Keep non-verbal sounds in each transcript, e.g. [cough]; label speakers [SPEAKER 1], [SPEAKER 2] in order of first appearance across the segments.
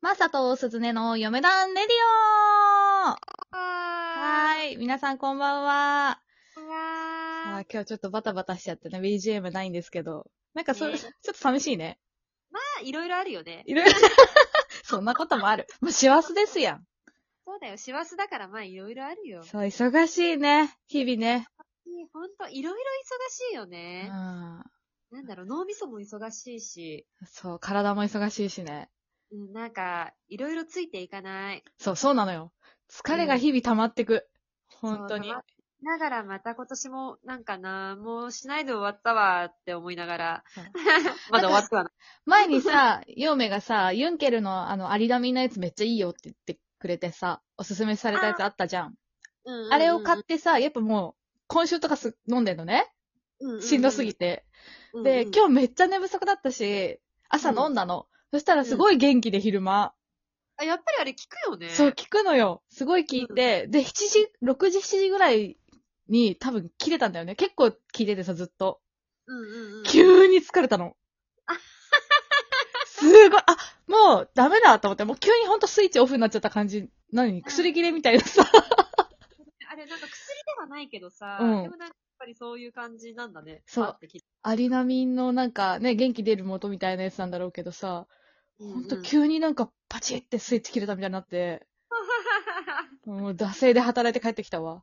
[SPEAKER 1] マサとスズネの嫁団レディオは
[SPEAKER 2] は
[SPEAKER 1] ーい。皆さんこんばんは。あ
[SPEAKER 2] ー
[SPEAKER 1] ー今日ちょっとバタバタしちゃってね、BGM ないんですけど。なんかそれ、
[SPEAKER 2] ね
[SPEAKER 1] ちょっと寂しいね。
[SPEAKER 2] いろいろあるよね。
[SPEAKER 1] いろいろ [laughs] そんなこともある。もう師走ですやん。
[SPEAKER 2] そうだよ。師走だからまあいろいろあるよ。
[SPEAKER 1] そう、忙しいね。日々ね。
[SPEAKER 2] ほんと、いろいろ忙しいよね。
[SPEAKER 1] うん。
[SPEAKER 2] なんだろう、脳みそも忙しいし、
[SPEAKER 1] そう、体も忙しいしね。
[SPEAKER 2] うん、なんか、いろいろついていかない。
[SPEAKER 1] そう、そうなのよ。疲れが日々溜まってく。本当に
[SPEAKER 2] そう。。ながらまた今年も、なんかな、もうしないで終わったわって思いながら [laughs]
[SPEAKER 1] そう、
[SPEAKER 2] まだ終わってはない。
[SPEAKER 1] 前にさ、ヨーメがさ、ユンケルのあの、アリダミのやつめっちゃいいよって言ってくれてさ、おすすめされたやつあったじゃん。
[SPEAKER 2] うんうんうん
[SPEAKER 1] あれを買ってさ、やっぱもう、今週とかす飲んでんのね。しんどすぎ
[SPEAKER 2] て。
[SPEAKER 1] て。
[SPEAKER 2] うん
[SPEAKER 1] で、
[SPEAKER 2] うん
[SPEAKER 1] 今日めっちゃ寝不足だったし、朝飲んだの。そしたらすごい元気で昼間。
[SPEAKER 2] あ、やっぱりあれ聞くよね。
[SPEAKER 1] そう、聞くのよ。すごい聞いて、で、7時、6時、7時ぐらいに多分切れたんだよね。結構聞いててさ、ずっと。
[SPEAKER 2] うんうんうん。
[SPEAKER 1] 急に疲れた
[SPEAKER 2] [laughs]
[SPEAKER 1] の。すごい、あ、もうダメだと思って、もう急にほんとスイッチオフになっちゃった感じ。なのに、薬切れみたいなさ。
[SPEAKER 2] あれなんか薬ではないけどさ、
[SPEAKER 1] うん
[SPEAKER 2] でもなんかやっぱりそういう感じなんだね。
[SPEAKER 1] そう
[SPEAKER 2] パッて聞いて。
[SPEAKER 1] アリナミンのなんかね、元気出る元みたいなやつなんだろうけどさ、ほん
[SPEAKER 2] う
[SPEAKER 1] と
[SPEAKER 2] んうん
[SPEAKER 1] 急になんかパチってスイッチ切れたみたいになって、もう惰性で働いて帰ってきた
[SPEAKER 2] [laughs]
[SPEAKER 1] わ。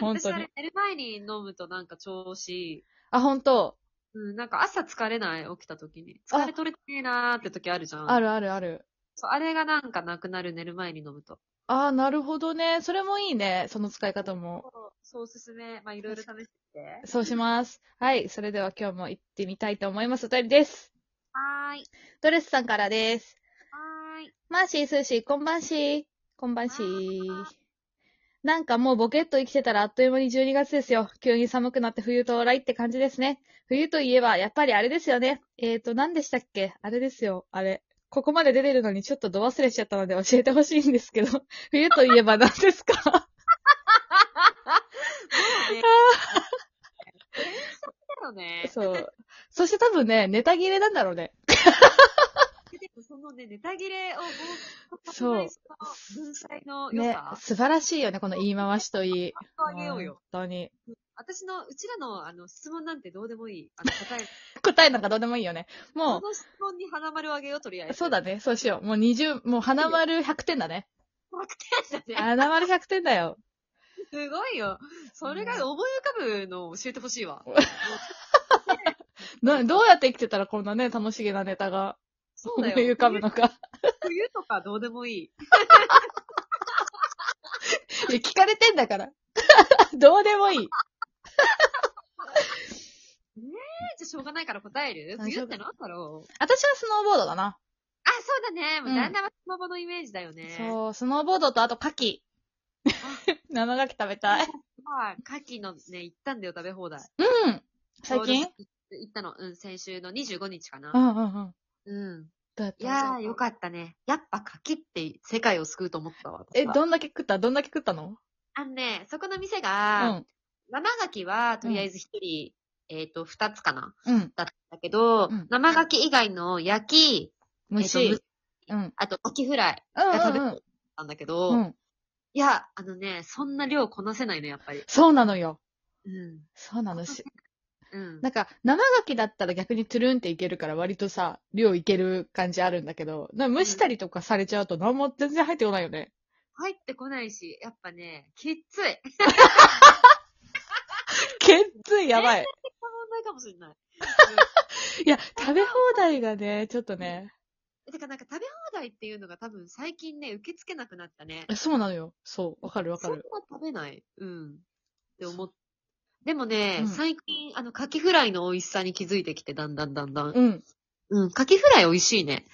[SPEAKER 1] 本
[SPEAKER 2] 私
[SPEAKER 1] 当
[SPEAKER 2] あ
[SPEAKER 1] に
[SPEAKER 2] れ。寝る前に飲むとなんか調子いい。
[SPEAKER 1] あ、本当
[SPEAKER 2] うん、なんか朝疲れない起きた時に。疲れ取れてねえなーって時あるじゃん。
[SPEAKER 1] あ
[SPEAKER 2] る。
[SPEAKER 1] るあるある。
[SPEAKER 2] そう、あれがなんかなくなる寝る前に飲むと。
[SPEAKER 1] ああ、なるほどね。それもいいね。その使い方も。
[SPEAKER 2] そう、そうおすすめ。まあ、いろいろ試してみて。
[SPEAKER 1] そうします。はい。それでは今日も行ってみたいと思います。お便りです。
[SPEAKER 2] はーい。
[SPEAKER 1] ドレスさんからです。
[SPEAKER 2] はーい。
[SPEAKER 1] マーシー、スーシー、こんばんしー。こんばんしー。なんかもうボケっと生きてたらあっという間に12月ですよ。急に寒くなって冬到来って感じですね。冬といえば、やっぱりあれですよね。えーと、何でしたっけあれですよ。あれ。ここまで出てるのにちょっと度忘れしちゃったので教えてほしいんですけど、 [laughs] 冬といえば何ですか
[SPEAKER 2] だよね。
[SPEAKER 1] そう。そして多分ね、ネタ切れなんだろうね。
[SPEAKER 2] でもそのね、ネタ切れをもう、
[SPEAKER 1] そう
[SPEAKER 2] その文才の良
[SPEAKER 1] ね
[SPEAKER 2] さ、、
[SPEAKER 1] 素晴らしいよね、この言い回しといい。
[SPEAKER 2] あげようよ。
[SPEAKER 1] 本当に。
[SPEAKER 2] 私の、うちらの、あの、質問なんてどうでもいい。あの、答え、
[SPEAKER 1] 答えなんかどうでもいいよね。もう
[SPEAKER 2] こ、の質問に花丸をあげよう、とりあえず。
[SPEAKER 1] そうだね、そうしよう。もう20、もう花丸100点だ
[SPEAKER 2] [laughs]
[SPEAKER 1] ね。
[SPEAKER 2] 100点だね。
[SPEAKER 1] 花丸100点だよ。
[SPEAKER 2] すごいよ。それが思い浮かぶのを教えてほしいわ。
[SPEAKER 1] などうやって生きてたらこんなね、楽しげなネタが
[SPEAKER 2] そう
[SPEAKER 1] 思
[SPEAKER 2] だ
[SPEAKER 1] い
[SPEAKER 2] よ。
[SPEAKER 1] [laughs] 浮かぶ
[SPEAKER 2] [laughs]
[SPEAKER 1] のか。
[SPEAKER 2] 冬冬とかどうでもいい。
[SPEAKER 1] いや、聞かれてんだから。 [laughs] どうでもいい。
[SPEAKER 2] えじゃあしょうがないから答える
[SPEAKER 1] あ
[SPEAKER 2] 冬ってなんだろう
[SPEAKER 1] 私はスノーボードだな。
[SPEAKER 2] あ、そうだね。もう
[SPEAKER 1] うん
[SPEAKER 2] 旦那はスマホのイメージだよね。う。
[SPEAKER 1] そう、スノーボードとあと牡蠣。 [laughs] 生牡蠣食べたい。
[SPEAKER 2] まあ、牡蠣のね、行ったんだよ、食べ放題。
[SPEAKER 1] うん。最
[SPEAKER 2] ちょ
[SPEAKER 1] 近
[SPEAKER 2] うど行ったの。うん、先週の25日かな
[SPEAKER 1] う。んうんうん。
[SPEAKER 2] うん。
[SPEAKER 1] どうやっ
[SPEAKER 2] い
[SPEAKER 1] た
[SPEAKER 2] やー、よかったね。やっぱ牡蠣って世界を救うと思ったわ。
[SPEAKER 1] え、
[SPEAKER 2] 私は
[SPEAKER 1] どんだけ食ったどんだけ食ったの
[SPEAKER 2] あのね、そこの店
[SPEAKER 1] う
[SPEAKER 2] が、
[SPEAKER 1] ん。
[SPEAKER 2] 生牡蠣は、とりあえず一人、えっ、と、二つかな。
[SPEAKER 1] うん。
[SPEAKER 2] だったけど、
[SPEAKER 1] うん
[SPEAKER 2] 生牡蠣以外の焼き、
[SPEAKER 1] 蒸
[SPEAKER 2] えっ
[SPEAKER 1] し
[SPEAKER 2] と。
[SPEAKER 1] うん。うん
[SPEAKER 2] あと牡蠣フライ
[SPEAKER 1] うん
[SPEAKER 2] 食
[SPEAKER 1] うん
[SPEAKER 2] なんだけど、
[SPEAKER 1] うん。
[SPEAKER 2] いや、あのね、そんな量こなせないの、やっぱり。
[SPEAKER 1] そうなのよ。
[SPEAKER 2] うん。
[SPEAKER 1] そうなのし。
[SPEAKER 2] うん。
[SPEAKER 1] なんか、生牡蠣だったら逆にトゥルンっていけるから割とさ、量いける感じあるんだけど、なんか蒸したりとかされちゃうと何も全然入ってこないよね。 [laughs]
[SPEAKER 2] 入ってこないし、やっぱね、きっつい。 [laughs]
[SPEAKER 1] けっつい、やばい。
[SPEAKER 2] 問題かもしれない。
[SPEAKER 1] いや、食べ放題がね、ちょっとね。
[SPEAKER 2] うん、てか、なんか食べ放題っていうのが多分最近ね、受け付けなくなったね。
[SPEAKER 1] そうなのよ。そう、わかるわか
[SPEAKER 2] そんな
[SPEAKER 1] る。
[SPEAKER 2] 食べない。うん。って思っでもね、
[SPEAKER 1] うん
[SPEAKER 2] 最近、あの、牡蠣フライの美味しさに気づいてきて、だんだんだんだん。
[SPEAKER 1] うん。
[SPEAKER 2] うん、牡蠣フライ美味しいね。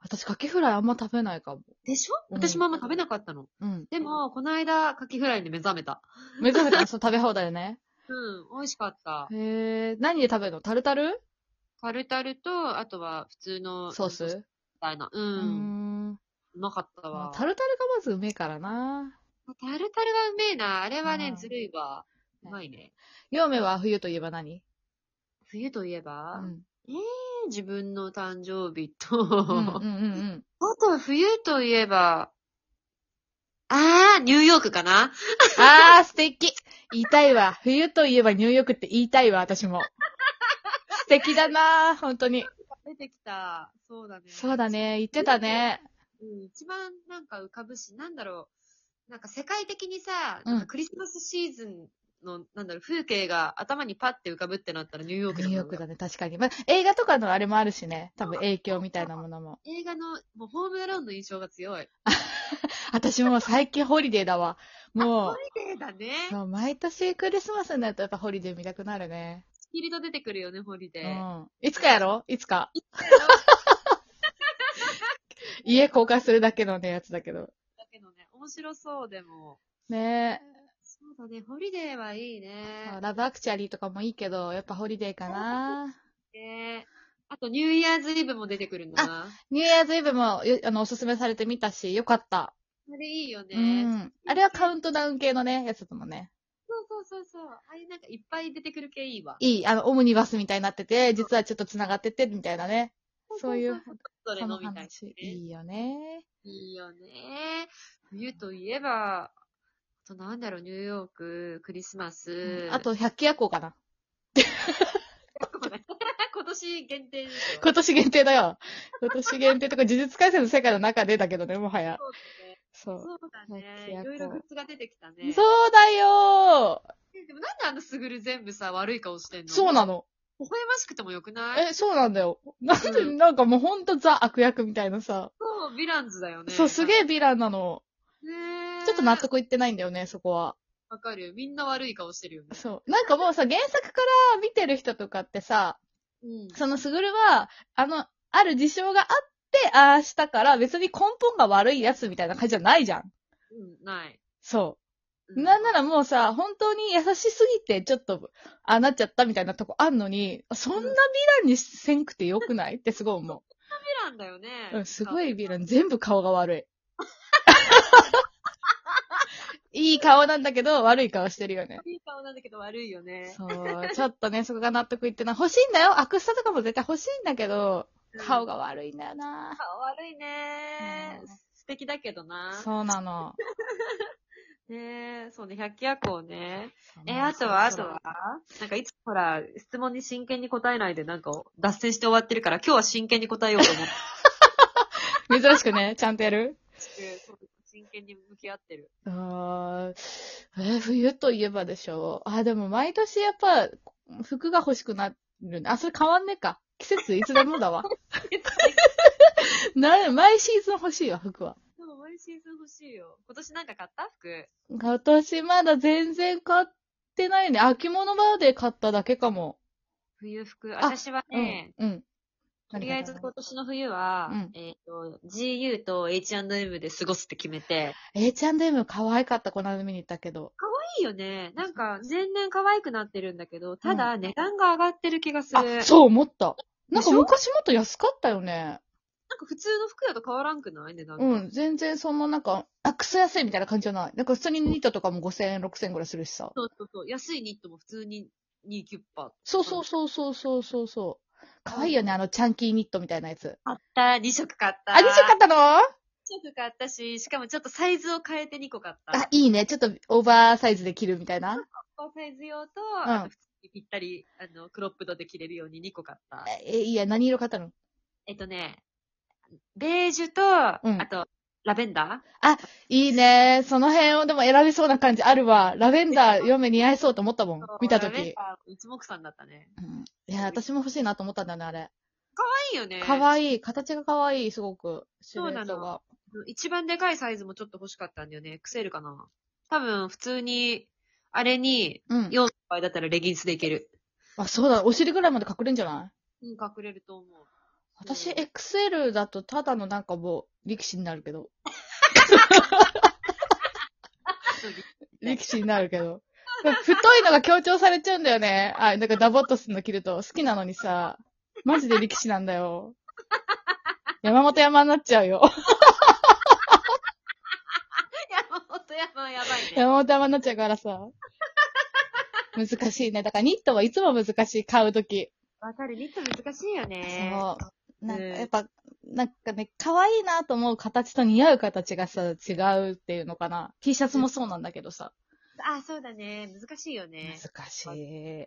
[SPEAKER 1] 私、牡蠣フライあんま食べないかも。
[SPEAKER 2] でしょ
[SPEAKER 1] うん
[SPEAKER 2] 私もあんま食べなかったの。
[SPEAKER 1] うん。
[SPEAKER 2] でも、この間、カキフライで目覚めた。
[SPEAKER 1] 目覚めたらそう食べ放題ね。
[SPEAKER 2] うん、美味しかった。
[SPEAKER 1] [laughs] へえ、何で食べるのタルタル
[SPEAKER 2] タルタルと、あとは普通の
[SPEAKER 1] ソー
[SPEAKER 2] み
[SPEAKER 1] ス
[SPEAKER 2] たいな。う、
[SPEAKER 1] うんん。
[SPEAKER 2] うまかった
[SPEAKER 1] まあ
[SPEAKER 2] わ。
[SPEAKER 1] タルタルがまずうめえからな。
[SPEAKER 2] タルタルはうめえな。あれは
[SPEAKER 1] う
[SPEAKER 2] ね
[SPEAKER 1] ん、
[SPEAKER 2] ずるいわ。
[SPEAKER 1] ね
[SPEAKER 2] うまいね。
[SPEAKER 1] 嫁は冬といえば何
[SPEAKER 2] 冬といえ
[SPEAKER 1] う
[SPEAKER 2] ば、
[SPEAKER 1] ん。 [laughs]
[SPEAKER 2] 自分の誕生日と、 [laughs]
[SPEAKER 1] うんうんうんうん。
[SPEAKER 2] そうあとは冬といえば、あー、ニューヨークかな
[SPEAKER 1] あー、素敵。言いたいわ。冬といえばニューヨークって言いたいわ、私 [laughs] も。素敵だなー、本当に。
[SPEAKER 2] 出てきた。そうだね。
[SPEAKER 1] そうだね、言ってたね。
[SPEAKER 2] うん。一番なんか浮かぶし、なんだろう。なんか世界的にさ、
[SPEAKER 1] うん
[SPEAKER 2] なんかクリスマスシーズンの、なんだろう、風景が頭にパッて浮かぶってなったらニューヨーク
[SPEAKER 1] ニュー
[SPEAKER 2] だもん
[SPEAKER 1] ヨークだね、確かに。まあ、映画とかのあれもあるしね。多分影響みたいなものも。
[SPEAKER 2] 映画の、もうホームアローンの印象が強い。
[SPEAKER 1] 私もう最近ホリデーだわ。もう、
[SPEAKER 2] 綺麗だね。
[SPEAKER 1] そう毎年クリスマスになるとやっぱホリデー見たくなるね。
[SPEAKER 2] スピリット出てくるよね、ホリ
[SPEAKER 1] う
[SPEAKER 2] デー。
[SPEAKER 1] ん。いつかやろういつか。家公開するだけのね、やつだけど。
[SPEAKER 2] だけどね、面白そう、でも。
[SPEAKER 1] ね
[SPEAKER 2] そうだね、ホリデーはいい
[SPEAKER 1] え。
[SPEAKER 2] ね。
[SPEAKER 1] ラブアクチャリーとかもいいけど、やっぱホリデーかな。
[SPEAKER 2] ねあと、ニューイヤーズイブも出てくるんだな。
[SPEAKER 1] ニューイヤーズイブもよあのおすすめされてみたし、よかった。
[SPEAKER 2] あれいいよね。
[SPEAKER 1] うん。あれはカウントダウン系のね、やつだもんね。
[SPEAKER 2] そうそうそうそう。ああいうなんかいっぱい出てくる系いいわ。
[SPEAKER 1] いい、あの、オムニバスみたいになってて、実はちょっと繋がってて、みたいなね。そういう、
[SPEAKER 2] それ
[SPEAKER 1] その
[SPEAKER 2] のみたい
[SPEAKER 1] 話、いいよね。
[SPEAKER 2] な。いいよね。冬といえば、あとなんだろう、ニューヨーク、クリスマス。
[SPEAKER 1] あ、
[SPEAKER 2] [laughs]
[SPEAKER 1] と、百鬼夜行かな。
[SPEAKER 2] 今年限定ですよ
[SPEAKER 1] 今年限定だよ。今年限定とか、呪術改正の世界の中でだけどね、もはや。
[SPEAKER 2] そうだね
[SPEAKER 1] そう。
[SPEAKER 2] そうだね。
[SPEAKER 1] 夏
[SPEAKER 2] い
[SPEAKER 1] やこ
[SPEAKER 2] ろいろグッズが出てきたね。
[SPEAKER 1] そうだよ
[SPEAKER 2] でもなんであのスグル全部さ、悪い顔してん
[SPEAKER 1] ー
[SPEAKER 2] の
[SPEAKER 1] そうなの。
[SPEAKER 2] 微笑ましくてもよくない
[SPEAKER 1] え、そうなんだよ。なんで、
[SPEAKER 2] うん
[SPEAKER 1] なんかもうほんとザ悪役みたいなさ。
[SPEAKER 2] そう、ヴィランズだよね。
[SPEAKER 1] そう、すげ
[SPEAKER 2] え。
[SPEAKER 1] えヴィランなの。
[SPEAKER 2] ねえ
[SPEAKER 1] ちょっと納。得いってないんだよね、そこは。
[SPEAKER 2] わかるよ。みんな悪い顔してるよね。
[SPEAKER 1] そう。なんかもうさ、原作から見てる人とかってさ、
[SPEAKER 2] うん。
[SPEAKER 1] そのスグルは、あの、ある事象があって、ああしたから、別に根本が悪いやつみたいな感じじゃないじゃん。
[SPEAKER 2] うん、ない。
[SPEAKER 1] そうう。なんな
[SPEAKER 2] ら、
[SPEAKER 1] らもうさ、本当に優しすぎて、ちょっと、ああなっちゃったみたいなとこあんのに、そんなヴィランにせんくてよくないってすごい思
[SPEAKER 2] ヴィランだよね。
[SPEAKER 1] う。うん、すご
[SPEAKER 2] い。
[SPEAKER 1] いヴィラン、全部顔が悪 [laughs] い。いい顔なんだけど、悪い顔してるよね。
[SPEAKER 2] いい顔なんだけど悪いよね。
[SPEAKER 1] そう、ちょっとね、そこが納得いってない。欲しいんだよ。悪さとかも絶対欲しいんだけど、顔が悪いんだよな。
[SPEAKER 2] 顔悪いね
[SPEAKER 1] うん。
[SPEAKER 2] 素敵だけどな。
[SPEAKER 1] そうなの。
[SPEAKER 2] ねえ、そうね、百鬼夜行ね。え、
[SPEAKER 1] ま
[SPEAKER 2] あとは、あ
[SPEAKER 1] そ
[SPEAKER 2] と
[SPEAKER 1] ろそろ
[SPEAKER 2] はなんかいつもほら、質問に真剣に答えないでなんか脱線して終わってるから、今日は真剣に答えようと [laughs] 思って。
[SPEAKER 1] 珍しくね、ちゃんとやる
[SPEAKER 2] そう真剣に向き合ってる。
[SPEAKER 1] あーえー冬といえばでしょう。あ、でも毎年やっぱ、服が欲しくなるね。あ、それ変わんねえか。季節いつでもだわ。なる、毎シーズン欲しいわ、服は。
[SPEAKER 2] でも、毎シーズン欲しいよ。今年なんか買った服
[SPEAKER 1] 今年まだ全然買ってないね。秋物バーで買っただけかも。
[SPEAKER 2] 冬服。
[SPEAKER 1] あ
[SPEAKER 2] 私は
[SPEAKER 1] うん。
[SPEAKER 2] ね、
[SPEAKER 1] うん。
[SPEAKER 2] とりあえず
[SPEAKER 1] 何買っ
[SPEAKER 2] 今
[SPEAKER 1] たの
[SPEAKER 2] 年の冬は、
[SPEAKER 1] うん
[SPEAKER 2] えっ、と、GU と H&M で過ごすって決めて。
[SPEAKER 1] H&M 可愛かった、この間見に行ったけど。
[SPEAKER 2] いいよね。なんか、全然可愛くなってるんだけど、ただ値段が上がってる気がする。
[SPEAKER 1] あ、
[SPEAKER 2] なん
[SPEAKER 1] そう思った。なん
[SPEAKER 2] でし
[SPEAKER 1] か
[SPEAKER 2] ょ
[SPEAKER 1] 昔もっと安かったよね。
[SPEAKER 2] か普通の服だと変わらんくない値段が。
[SPEAKER 1] うん、全然そんななんか、あ、クソ安いみたいな感じじゃない。なんか普通にニットとかも5000円、6000円ぐらいするしさ。
[SPEAKER 2] そうそうそう。安いニットも普通に2キュッパ。
[SPEAKER 1] そうそうそうそうそうそうそう。かわいいよね、あの、チャンキーニットみたいなやつ。
[SPEAKER 2] 買った、2色買った。
[SPEAKER 1] あ、2色買ったのあ、
[SPEAKER 2] 2色買ったし、しかもちょっとサイズを変えて2個買った。
[SPEAKER 1] いいね。ちょっとオーバーサイズで着るみたいな。
[SPEAKER 2] パーサイズ用と、
[SPEAKER 1] ん
[SPEAKER 2] あと普通にぴったり、あの、クロップドで着れるように2個買った。
[SPEAKER 1] え、いいや、何色買ったの
[SPEAKER 2] えっとね、ベージュと、
[SPEAKER 1] うん
[SPEAKER 2] あと、ラベンダ
[SPEAKER 1] いいね。その辺をでも選びそうな感じあるわ。ラベンダー、嫁似合いそうと思ったもん
[SPEAKER 2] ー。
[SPEAKER 1] 見たと
[SPEAKER 2] ラベン
[SPEAKER 1] き。
[SPEAKER 2] ダー一目散だったね。
[SPEAKER 1] うんいや、私も欲しいなと思ったんだよね、あれ。
[SPEAKER 2] いいよね。
[SPEAKER 1] か
[SPEAKER 2] い
[SPEAKER 1] わいい。形がかわいい、すごく。シルエット
[SPEAKER 2] そうな
[SPEAKER 1] が。
[SPEAKER 2] 一番でかいサイズもちょっと欲しかったんだよね。クセルかな。多分、普通に、あれに、
[SPEAKER 1] うん。
[SPEAKER 2] 4倍だったらレギンスでいける。
[SPEAKER 1] あ、そうだ。お尻ぐらいまで隠れんじゃない
[SPEAKER 2] うん、隠れると思う。
[SPEAKER 1] 私、
[SPEAKER 2] うん
[SPEAKER 1] XL だとただのなんかもう、力士になる
[SPEAKER 2] [laughs]
[SPEAKER 1] けど。力士になるけど。太いのが強調されちゃうんだよね。あ、なんかダボっとするの着ると。好きなのにさ、マジで力士なんだよ。山本山になっちゃうよ。
[SPEAKER 2] [laughs] 山本山はやばいね。
[SPEAKER 1] 山本山になっちゃうからさ。難しいね。だからニットはいつも難しい、買うとき。
[SPEAKER 2] わかる。ニット難しいよね。
[SPEAKER 1] そう。なんか、
[SPEAKER 2] ね
[SPEAKER 1] やっぱ、なんかね、可愛いなと思う形と似合う形がさ、違うっていうのかな。T シャツもそうなんだけどさ。
[SPEAKER 2] あ、そうだね。難しいよね。
[SPEAKER 1] 難しい。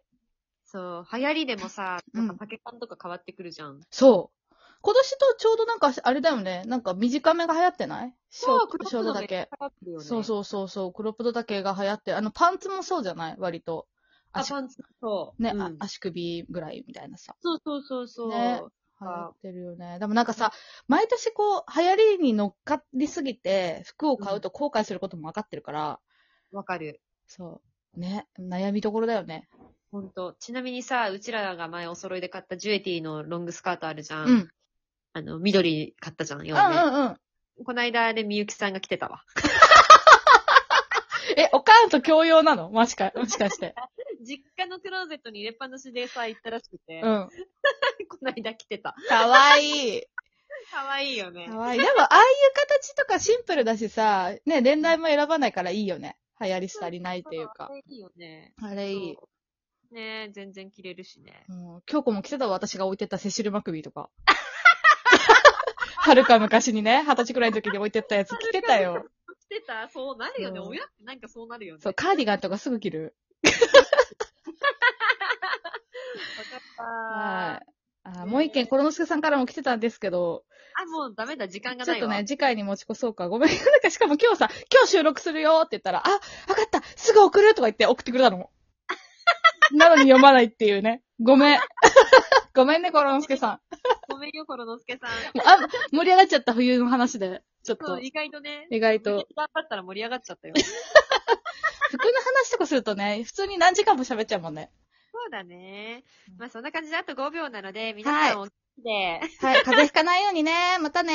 [SPEAKER 2] そう。流行りでもさ、
[SPEAKER 1] う
[SPEAKER 2] なんんかパケパンとか変わってくるじゃん。
[SPEAKER 1] そう。今年とちょうどなんか、あれだよね。なんか短めが流行ってないショ
[SPEAKER 2] そう、
[SPEAKER 1] ー
[SPEAKER 2] 黒
[SPEAKER 1] ト、ショートだけ。
[SPEAKER 2] 流行ってるよね。
[SPEAKER 1] そう
[SPEAKER 2] う。
[SPEAKER 1] そうそうそう、クロップド丈が流行って、あの、パンツもそうじゃない割と。
[SPEAKER 2] あ、
[SPEAKER 1] 足
[SPEAKER 2] パンツ、そう。
[SPEAKER 1] ね、
[SPEAKER 2] うん
[SPEAKER 1] あ足首ぐらいみたいなさ。
[SPEAKER 2] そうそうそうそう。
[SPEAKER 1] ね流
[SPEAKER 2] あ
[SPEAKER 1] 行ってるよね。でもなんかさ、毎年こう、流行りに乗っかりすぎて、服を買うと後悔することも分かってるから、
[SPEAKER 2] わかる。
[SPEAKER 1] そう。ね、悩みどころだよね。
[SPEAKER 2] ほんと。ちなみにさ、うちらが前お揃いで買ったジュエティのロングスカートあるじゃ。
[SPEAKER 1] うんん。うん
[SPEAKER 2] あの、緑買ったじゃん、
[SPEAKER 1] う
[SPEAKER 2] よね。
[SPEAKER 1] んうん。
[SPEAKER 2] こないだでみゆきさんが来てたわ。
[SPEAKER 1] え、おかんと共用なのもしか、もしかして。
[SPEAKER 2] 実家のクローゼットに入れっぱなしでさ、行ったらしくて。
[SPEAKER 1] うん。
[SPEAKER 2] [laughs] こないだ来てた。
[SPEAKER 1] かわ [laughs] いい。
[SPEAKER 2] かわいいよね。
[SPEAKER 1] かわいい。でも、ああいう形とかシンプルだしさ、ね、年代も選ばないからいいよね。流行りしたりないっていうか
[SPEAKER 2] あ。れいいよね。
[SPEAKER 1] あれいい。
[SPEAKER 2] そう。ねえ全然着れるしね。
[SPEAKER 1] うん、京子も着てたわ、私が置いてったセシル・マクビーとか。 [laughs] はるか昔にね、二十歳くらいの時に置いてったやつ着てたよ。
[SPEAKER 2] 着てたそうなるよね。
[SPEAKER 1] うん
[SPEAKER 2] 親ってなんかそうなるよね。
[SPEAKER 1] そう、
[SPEAKER 2] わか
[SPEAKER 1] カーディガンとかすぐ着る。
[SPEAKER 2] った。
[SPEAKER 1] はい。あもう一件、コロノスケさんからも来てたんですけど、
[SPEAKER 2] あ、もうダメだ。時間が
[SPEAKER 1] ちょ
[SPEAKER 2] な
[SPEAKER 1] っ
[SPEAKER 2] い
[SPEAKER 1] と
[SPEAKER 2] わ。
[SPEAKER 1] ね、次回に持ち越そうか。ごめん。なんかしかも今日さ、今日収録するよって言ったら、あ、わかったすぐ送るとか言って送ってくれたの。 [laughs] なのに読まないっていうね。ごめん。 [laughs] ごめんね、コロンスケさ
[SPEAKER 2] ごめんよ、コロノスケさん。
[SPEAKER 1] ん。あ、盛り上がっちゃった冬の話で。ちょっ
[SPEAKER 2] そ
[SPEAKER 1] と
[SPEAKER 2] う、、意外とね。
[SPEAKER 1] 意外と。
[SPEAKER 2] 頑張ったら盛り上がっちゃったよ。
[SPEAKER 1] 服の話とかするとね、普通に何時間も喋っちゃうもんね。
[SPEAKER 2] そうだね
[SPEAKER 1] う。ん
[SPEAKER 2] まあそんな感じであと5秒なので、皆さんお聞きで。
[SPEAKER 1] はい、風邪ひかないようにね。またね。